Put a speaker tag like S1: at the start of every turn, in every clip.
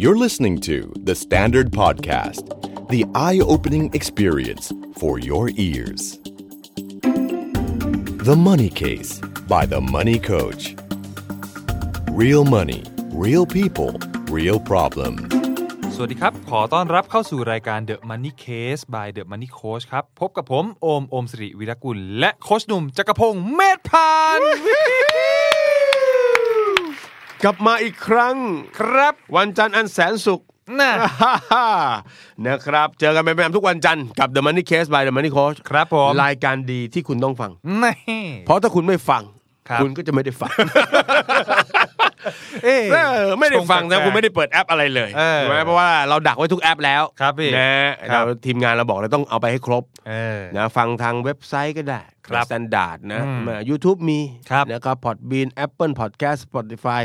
S1: You're listening to The Standard Podcast, the eye opening experience for your ears. The Money Case by The Money Coach. Real money, real people, real problem.
S2: สวัสดีครับ ขอต้อนรับเข้าสู่รายการ The Money Case by The Money Coach ครับ พบกับผม โอม โอมสิริวิรกุล และโคชหนุ่มจักรพงศ์เมธพันธ์
S3: กลับมาอีกครั้ง
S2: ครับ
S3: วันจันทร์อันแสนสุข
S2: น่ะ
S3: นะครับ เจอกันเป็นประจำทุกวันจันทร์กับ The Money Case by The Money Coach
S2: ครับผม
S3: รายการดีที่คุณต้องฟัง
S2: แน่
S3: เพราะถ้าคุณไม่ฟัง
S2: ครับ
S3: คุณก็จะไม่ได้ฟัง
S2: เอ้ย
S3: เออไม่ได้ฟัง
S2: ชงแปล
S3: แต่
S2: กๆ
S3: คุณไม่ได้เปิดแอปอะไรเลย
S2: เออ
S3: ถูกไหมเพราะว่าเราดักไว้ทุกแอปแล้ว
S2: ครับพี่
S3: นะครับ เราทีมงานเราบอกเราต้องเอาไปให้ครบ
S2: เออ
S3: นะฟังทางเว็บไซต์ก็ได้
S2: ครับ
S3: สแตนดาร์ดนะ
S2: อืม
S3: ยูทูบมี
S2: ครับ
S3: นะครับพอดบีนแอปเปิลพอดแคสต์สปอติฟาย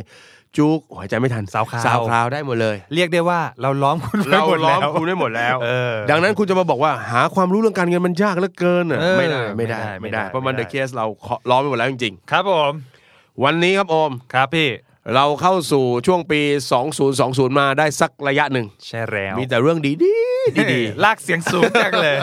S3: จุกหายใจไม่ทัน
S2: SoundCloud
S3: สาวคลาวได้หมดเลย
S2: เรียกได้ว่าเราล้อมคุณไว้
S3: เรา
S2: หมด
S3: ล้อ
S2: แล้
S3: ม
S2: ว
S3: คุณได้หมดแล้ว
S2: เออ
S3: ดังนั้นคุณจะมาบอกว่าหาความรู้เรื่องการเงินมันยากเหลือเกินน่ะ
S2: เออ
S3: ไม่ได้ไม่ได้
S2: ไม่
S3: ไม่
S2: ได้
S3: ได้ เพราะมัน
S2: ไม่ได้
S3: เดอะเคสเราเคาะล้อมไปหมดแล้วจริง
S2: ครับผม
S3: ๆ วันนี้ครับโอม
S2: ครับพี่
S3: เราเข้าสู่ช่วงปี 2020 มาได้สักระยะหนึ่ง
S2: ใช่แล้ว
S3: มีแต่เรื่องดีดีดี
S2: เฮ้ยลากเสียงสูงจังเลย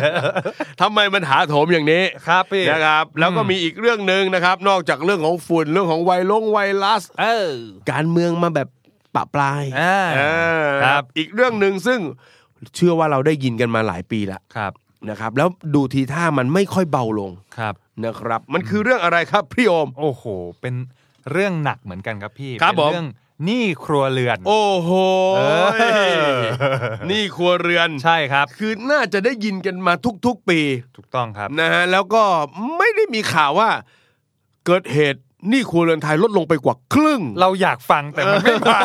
S3: ทำไมมันหาโถมอย่างนี้
S2: ครับพี่
S3: นะครับแล้วก็มีอีกเรื่องหนึ่งนะครับ นอกจากเรื่องของฝุ่นเรื่องของไวรงไวรัส
S2: เออ
S3: การเมืองมาแบบปะปลาย
S2: อ่า
S3: เออ
S2: ครับ
S3: อีกเรื่องหนึ่งซึ่งเชื่อว่าเราได้ยินกันมาหลายปีแล้ว
S2: ครับ
S3: นะครับ แล้วดูทีท่ามันไม่ค่อยเบาลง
S2: ครับ
S3: นะครับ มันคือเรื่องอะไรครับพี่โอม
S2: โอ้โห เป็นเรื่องหนักเหมือนกันครับพี่
S3: ครับ
S2: เป็น
S3: ผม
S2: เรื่องหนี้ครัวเรือน
S3: โอ้โห
S2: เออ
S3: นี่ครัวเรือน
S2: ใช่ครับ
S3: คือน่าจะได้ยินกันมาทุกๆปี
S2: ถูกต้องครับ
S3: นะฮะแล้วก็ไม่ได้มีข่าวว่าเกิดเหตุหนี่ครัวเรือนไทยลดลงไปกว่าครึ่ง
S2: เราอยากฟังแต่มันไม่มา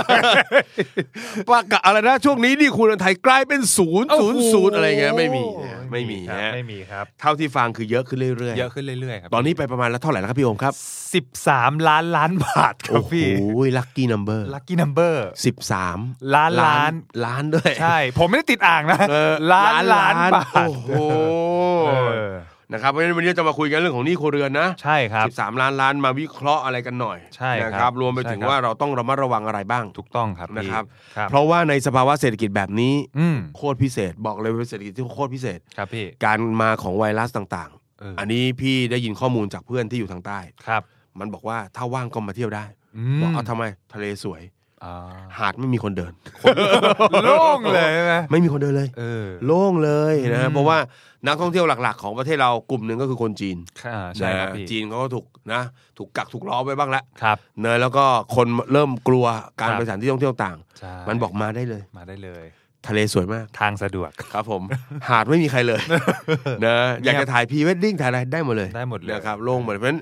S3: ปากกะอะไรนะช่วงนี้หนี่ครัวเรือนไทยกลายเป็นศูนย์ศูนย์ศูนย์อะไรเงี้ยไม่มีนะไม่มี
S2: ครับ
S3: นะ
S2: ไม่มีครับ
S3: เท่าที่ฟังคือเยอะขึ้นเรื่อย
S2: เยอะขึ้นเรื่อยๆครับ
S3: ๆ ตอนนี้ไปประมาณแล้วเท่าไหร่แล้วครับพี่โอมครับ
S2: สิบสามล้านล้านบาทครั
S3: โอ้
S2: บพ
S3: โห
S2: ี่
S3: ลัคกี้นัมเบอร์
S2: ลั c กี้นัมเบอร์
S3: สิบสาม
S2: ล้านล้าน
S3: ล้านด้วย
S2: ใช่ ผมไม่ได้ติดอ่างนะ
S3: เออ
S2: ล้านล้านบาท
S3: โอ้โห
S2: เออ
S3: นะครับเพราะฉะนั้นวันนี้จะมาคุยกันเรื่องของหนี้ครัวเรือนนะ
S2: ใช่ครับ
S3: สิบสามล้านล้านมาวิเคราะห์อะไรกันหน่อย
S2: ใช่ครับ
S3: นะครับ รวมไปถึง
S2: ใช่ครับ
S3: ว่าเราต้องระมัดระวังอะไรบ้าง
S2: ถูกต้องครับพี่
S3: นะครับ
S2: ครับ
S3: เพราะว่าในสภาวะเศรษฐกิจแบบนี้
S2: อืม
S3: โคตรพิเศษ บอกเลยว่าเป็นเศรษฐกิจที่โคตรพิเศษ
S2: ครับพี่
S3: การมาของไวรัสต่าง
S2: เอออั
S3: ๆ อันนี้พี่ได้ยินข้อมูลจากเพื่อนที่อยู่ทางใต้
S2: ครับ
S3: มันบอกว่าถ้าว่างก็มาเที่ยวได้
S2: อืม
S3: บอกเอาทำไมทะเลสวย
S2: อ่า
S3: หาดไม่มีคนเดิน
S2: โล่งเลยใช่ไหม
S3: ไม่มีคนเดินเลย
S2: เออ
S3: โล่งเลยนะฮะเพราะว่านักท่องเที่ยวหลักๆ ของประเทศเรากลุ่มหนึ่งก็คือคนจีน
S2: อ่าใช่ครับ
S3: นะ
S2: พี่
S3: จีนเขาก็ถูกนะ ถูกกักถูกล้อมไว้บ้างแล้ว
S2: ครับ
S3: เนยแล้วก็คนเริ่มกลัวการ
S2: ครับ
S3: ไปสถานที่ท่องเที่ยวต่าง
S2: ใช่
S3: มันบอกมาได้เลย
S2: มาได้เลย
S3: ทะเลสวยมาก
S2: ทางสะดวก
S3: ครับผม หาดไม่มีใคร เลยนะอยากจะถ่ายพรีเวดดิ้งถ่ายอะไรได้หมดเลย
S2: ได้หมดเลย
S3: นะครับโล่งหมดเพราะฉะนั้น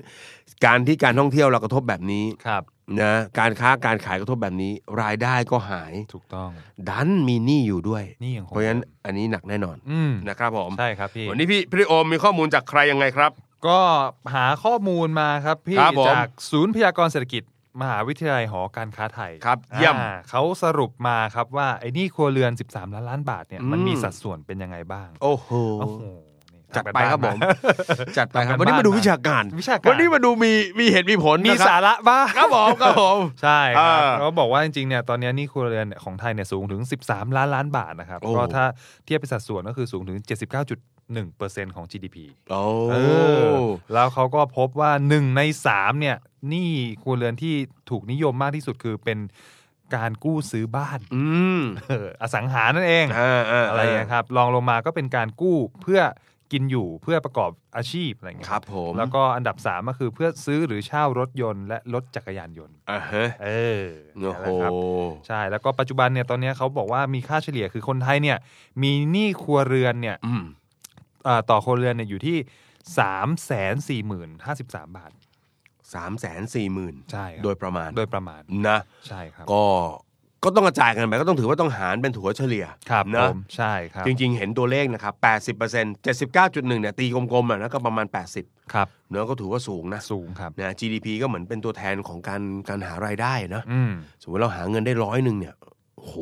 S3: การที่การท่องเที่ยวเรากระทบแบบนี้
S2: ครับ
S3: นะการค้าการขายกระทบแบบนี้ รายได้ก็หาย
S2: ถูกต้อง
S3: ดันมีหนี้อยู่ด้วย
S2: นี่ยังคง
S3: เพราะฉะนั้นอันนี้หนักแน่นอน
S2: อืม
S3: นะครับผม
S2: ใช่ครับพี่
S3: วันนี้พี่พี่โอมมีข้อมูลจากใครยังไงครับ
S2: ก็หาข้อมูลมาครับพี่
S3: ครับผม
S2: จากศูนย์พยากรณ์เศรษฐกิจ มหาวิทยาลัยหอการค้าไทย
S3: ครับ
S2: อ่า
S3: เยี่ยม
S2: เขาสรุปมาครับว่าไอ้หนี่ครัวเรือน 13 ล้านล้านบาทเนี่ย
S3: อืม
S2: มันมีสัดส่วนเป็นยังไงบ้าง
S3: โอ้โห
S2: โอ้โหนี่
S3: จัด
S2: ทำกัน
S3: ไปครับผ
S2: าน
S3: ม
S2: า
S3: จัดไปครับ
S2: ทำกัน
S3: วันนี้มาดู
S2: บ้านมา
S3: วิชาการ
S2: วิชาการ
S3: วันนี้มาดูมีมีเหตุมีผล
S2: มี
S3: นะครับ
S2: สาระบ้าง
S3: ครับผมครับผม
S2: ใช่ครับ
S3: อ่า
S2: เขาบอกว่าจริงๆเนี่ยตอนนี้หนี่ครัวเรือนเนี่ยของไทยเนี่ยสูงถึง 13 ล้านล้านบาทนะครับ
S3: โอ้
S2: ก็ถ้าเทียบเป็นสัดส่วนก็คือสูงถึง 79.1%ของ GDP
S3: โอ้
S2: เออแล้วเขาก็พบว่าหนึ่งในสามเนี่ยหนี่ครัวเรือนที่ถูกนิยมมากที่สุดคือเป็นการกู้ซื้อบ้าน
S3: อืม
S2: เอออสังหานั่นเอง
S3: อ่าๆๆ
S2: อะไรอย่างเงี้ยครับรองลงมาก็เป็นการกู้เพื่อกินอยู่เพื่อประกอบอาชีพอะไรอย่างเงี้ย
S3: ครับผม
S2: แล้วก็อันดับสามก็คือเพื่อซื้อหรือเช่ารถยนต์และรถจักรยานยนต์
S3: อ่าฮะ
S2: เออ
S3: โอ้
S2: นั่นแห
S3: โห
S2: ละครับใช่แล้วก็ปัจจุบันเนี่ยตอนเนี้ยเขาบอกว่ามีค่าเฉลี่ยคือคนไทยเนี่ยมีหนี้ครัวเรือนเนี่ย
S3: อืม
S2: อ่าต่อครัวเรือนเนี่ยอยู่ที่สามแสนสี่หมื่นห้าสิบสามบาท
S3: สามแสนสี่หมื่น
S2: ใช่ครับ
S3: โดยประมาณ
S2: โดยประมาณ
S3: นะ
S2: ใช่ครับ
S3: ก็ก็ต้องกระจายกันไปก็ต้องถือว่าต้องหารเป็นถัวเฉลี่ย
S2: ครับผ
S3: นะ
S2: มใช่ครับ
S3: จริงๆ เห็นตัวเลขนะครับ80% 79.1เนี่ยตีกลมๆอ่ะนะก็ประมาณ 80
S2: ครับ
S3: เนอะก็ถือว่าสูงนะ
S2: สูงครับ
S3: นะ GDP ก็เหมือนเป็นตัวแทนของการการหารายได้นะ
S2: อืม
S3: สมมติเราหาเงินได้ร้อยหนึ่งเนี่ยโอ้โห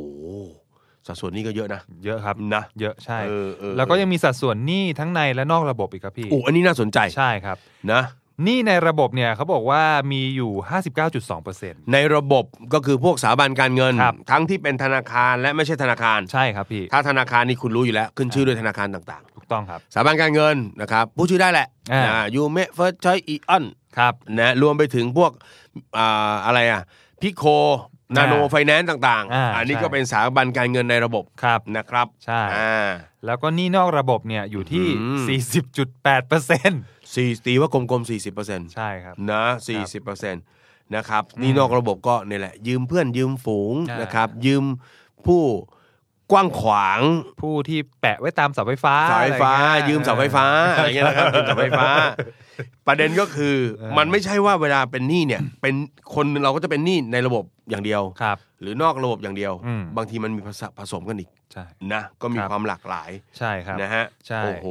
S3: สัดส่วนนี้ก็เยอะนะ
S2: เยอะครับ
S3: นะ
S2: เยอะใช่
S3: เออเออ
S2: แล้วก็ยังมีสัดส่วนหนี้ทั้งในและนอกระบบอีกครับพี่
S3: โอ้อันนี้น่าสนใจ
S2: ใช่ครับ
S3: นะ
S2: หนี่ในระบบเนี่ยเขาบอกว่ามีอยู่ 59.2%
S3: ในระบบก็คือพวกสถาบันการเงิน ทั้งที่เป็นธนาคารและไม่ใช่ธนาคาร
S2: ใช่ครับพี่
S3: ถ้าธนาคารนี่คุณรู้อยู่แล้ว ขึ้นชื่อด้วยธนาคารต่าง
S2: ถูกต้องครับ
S3: ๆสถาบันการเงินนะครับผู้ชื่อได้แหละ
S2: อ่า
S3: ยูเมเฟิร์สชอยอีออน
S2: ครับ
S3: นะรวมไปถึงพวกอ่าอะไรอ่ะพิโคนาโนไฟแนนซ์ต่าง
S2: อ่า
S3: ๆ อันนี้
S2: ใช่
S3: ก็เป็นสถาบันการเงินในระบบ
S2: ครับ
S3: นะครับ
S2: ใช่
S3: อ่า
S2: แล้วก็หนี่นอกระบบเนี่ยอยู่ที่
S3: อืม
S2: 40.8%
S3: สี่ตีว่ากลมๆสี่สิบเปอร์เซ็นต์
S2: ใช่ครับ
S3: นะ40%นะครับหนี่นอกระบบก็เนี่ยแหละ ยืมเพื่อนยืมฝูง
S2: อ่าน
S3: นะครับ ยืมผู้กว้างขวาง
S2: ผู้ที่แปะไว้ตามเสาไฟฟ้า
S3: เสาไฟฟ้า
S2: อะรองเงี้
S3: ยืมเสาไฟฟ้าอะไรเงี้ย นะครับยืมเสาไฟฟ้า ประเด็นก็คือมันไม่ใช่ว่าเวลาเป็นหนี้เนี่ย เป็นคนเราก็จะเป็นหนี้ในระบบอย่างเดียว
S2: ครับ
S3: หรือนอกระบบอย่างเดียว
S2: อืม
S3: บางทีมันมีผสผสมกันอีก
S2: ใช่
S3: นะก็มี
S2: ครับ
S3: ความหลากหลาย
S2: ใช่ครับ
S3: นะฮะ
S2: ใช่
S3: โอ้โห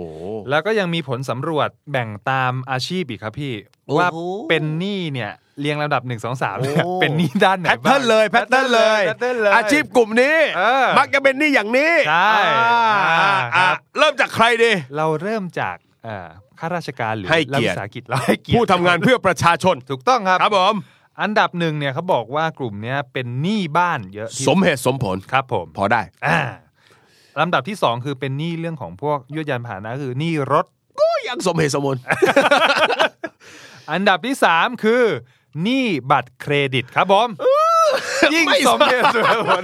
S2: แล้วก็ยังมีผลสำรวจแบ่งตามอาชีพอีกครับพี่
S3: โอ้โห
S2: ว่าเป็นหนี้เนี่ยเรียงลำดับ 1 2 3เนี่ย
S3: โอ้
S2: เป็นหนี้ด้านไหน
S3: แพท
S2: บ้าง
S3: เทิร์นเลยแพทเทิร์นเลย
S2: แพทเทิร์นเลย
S3: อาชีพกลุ่มนี้
S2: เออ
S3: มักจะเป็นหนี่อย่างนี้
S2: ใช่
S3: อ
S2: ค
S3: ่า
S2: รั
S3: อ่า
S2: บ
S3: เริ่มจากใครดี
S2: เราเริ่มจากเอ่อข้าราชการหรือ
S3: ให้
S2: รัฐ
S3: เกียรติ
S2: วิสาหกิจเราให้เกียรติ
S3: ผู้ทำงานเพื่อประชาชน
S2: ถูกต้องครับ
S3: ครับผม
S2: อันดับหนึ่งเนี่ยเขาบอกว่ากลุ่มเนี้ยเป็นหนี้บ้านเยอะที่
S3: สมเหตุสมผล
S2: ครับผม
S3: พอได้
S2: อ่าลำดับที่สองคือเป็นหนี้เรื่องของพวกยวดยานพาหนะคือหนี้รถ
S3: ก็ยังสมเหตุสมผล
S2: อันดับที่สามคือหนี้บัตรเครดิตครับผมยิ่ง
S3: ไม่
S2: สมเหตุสมผล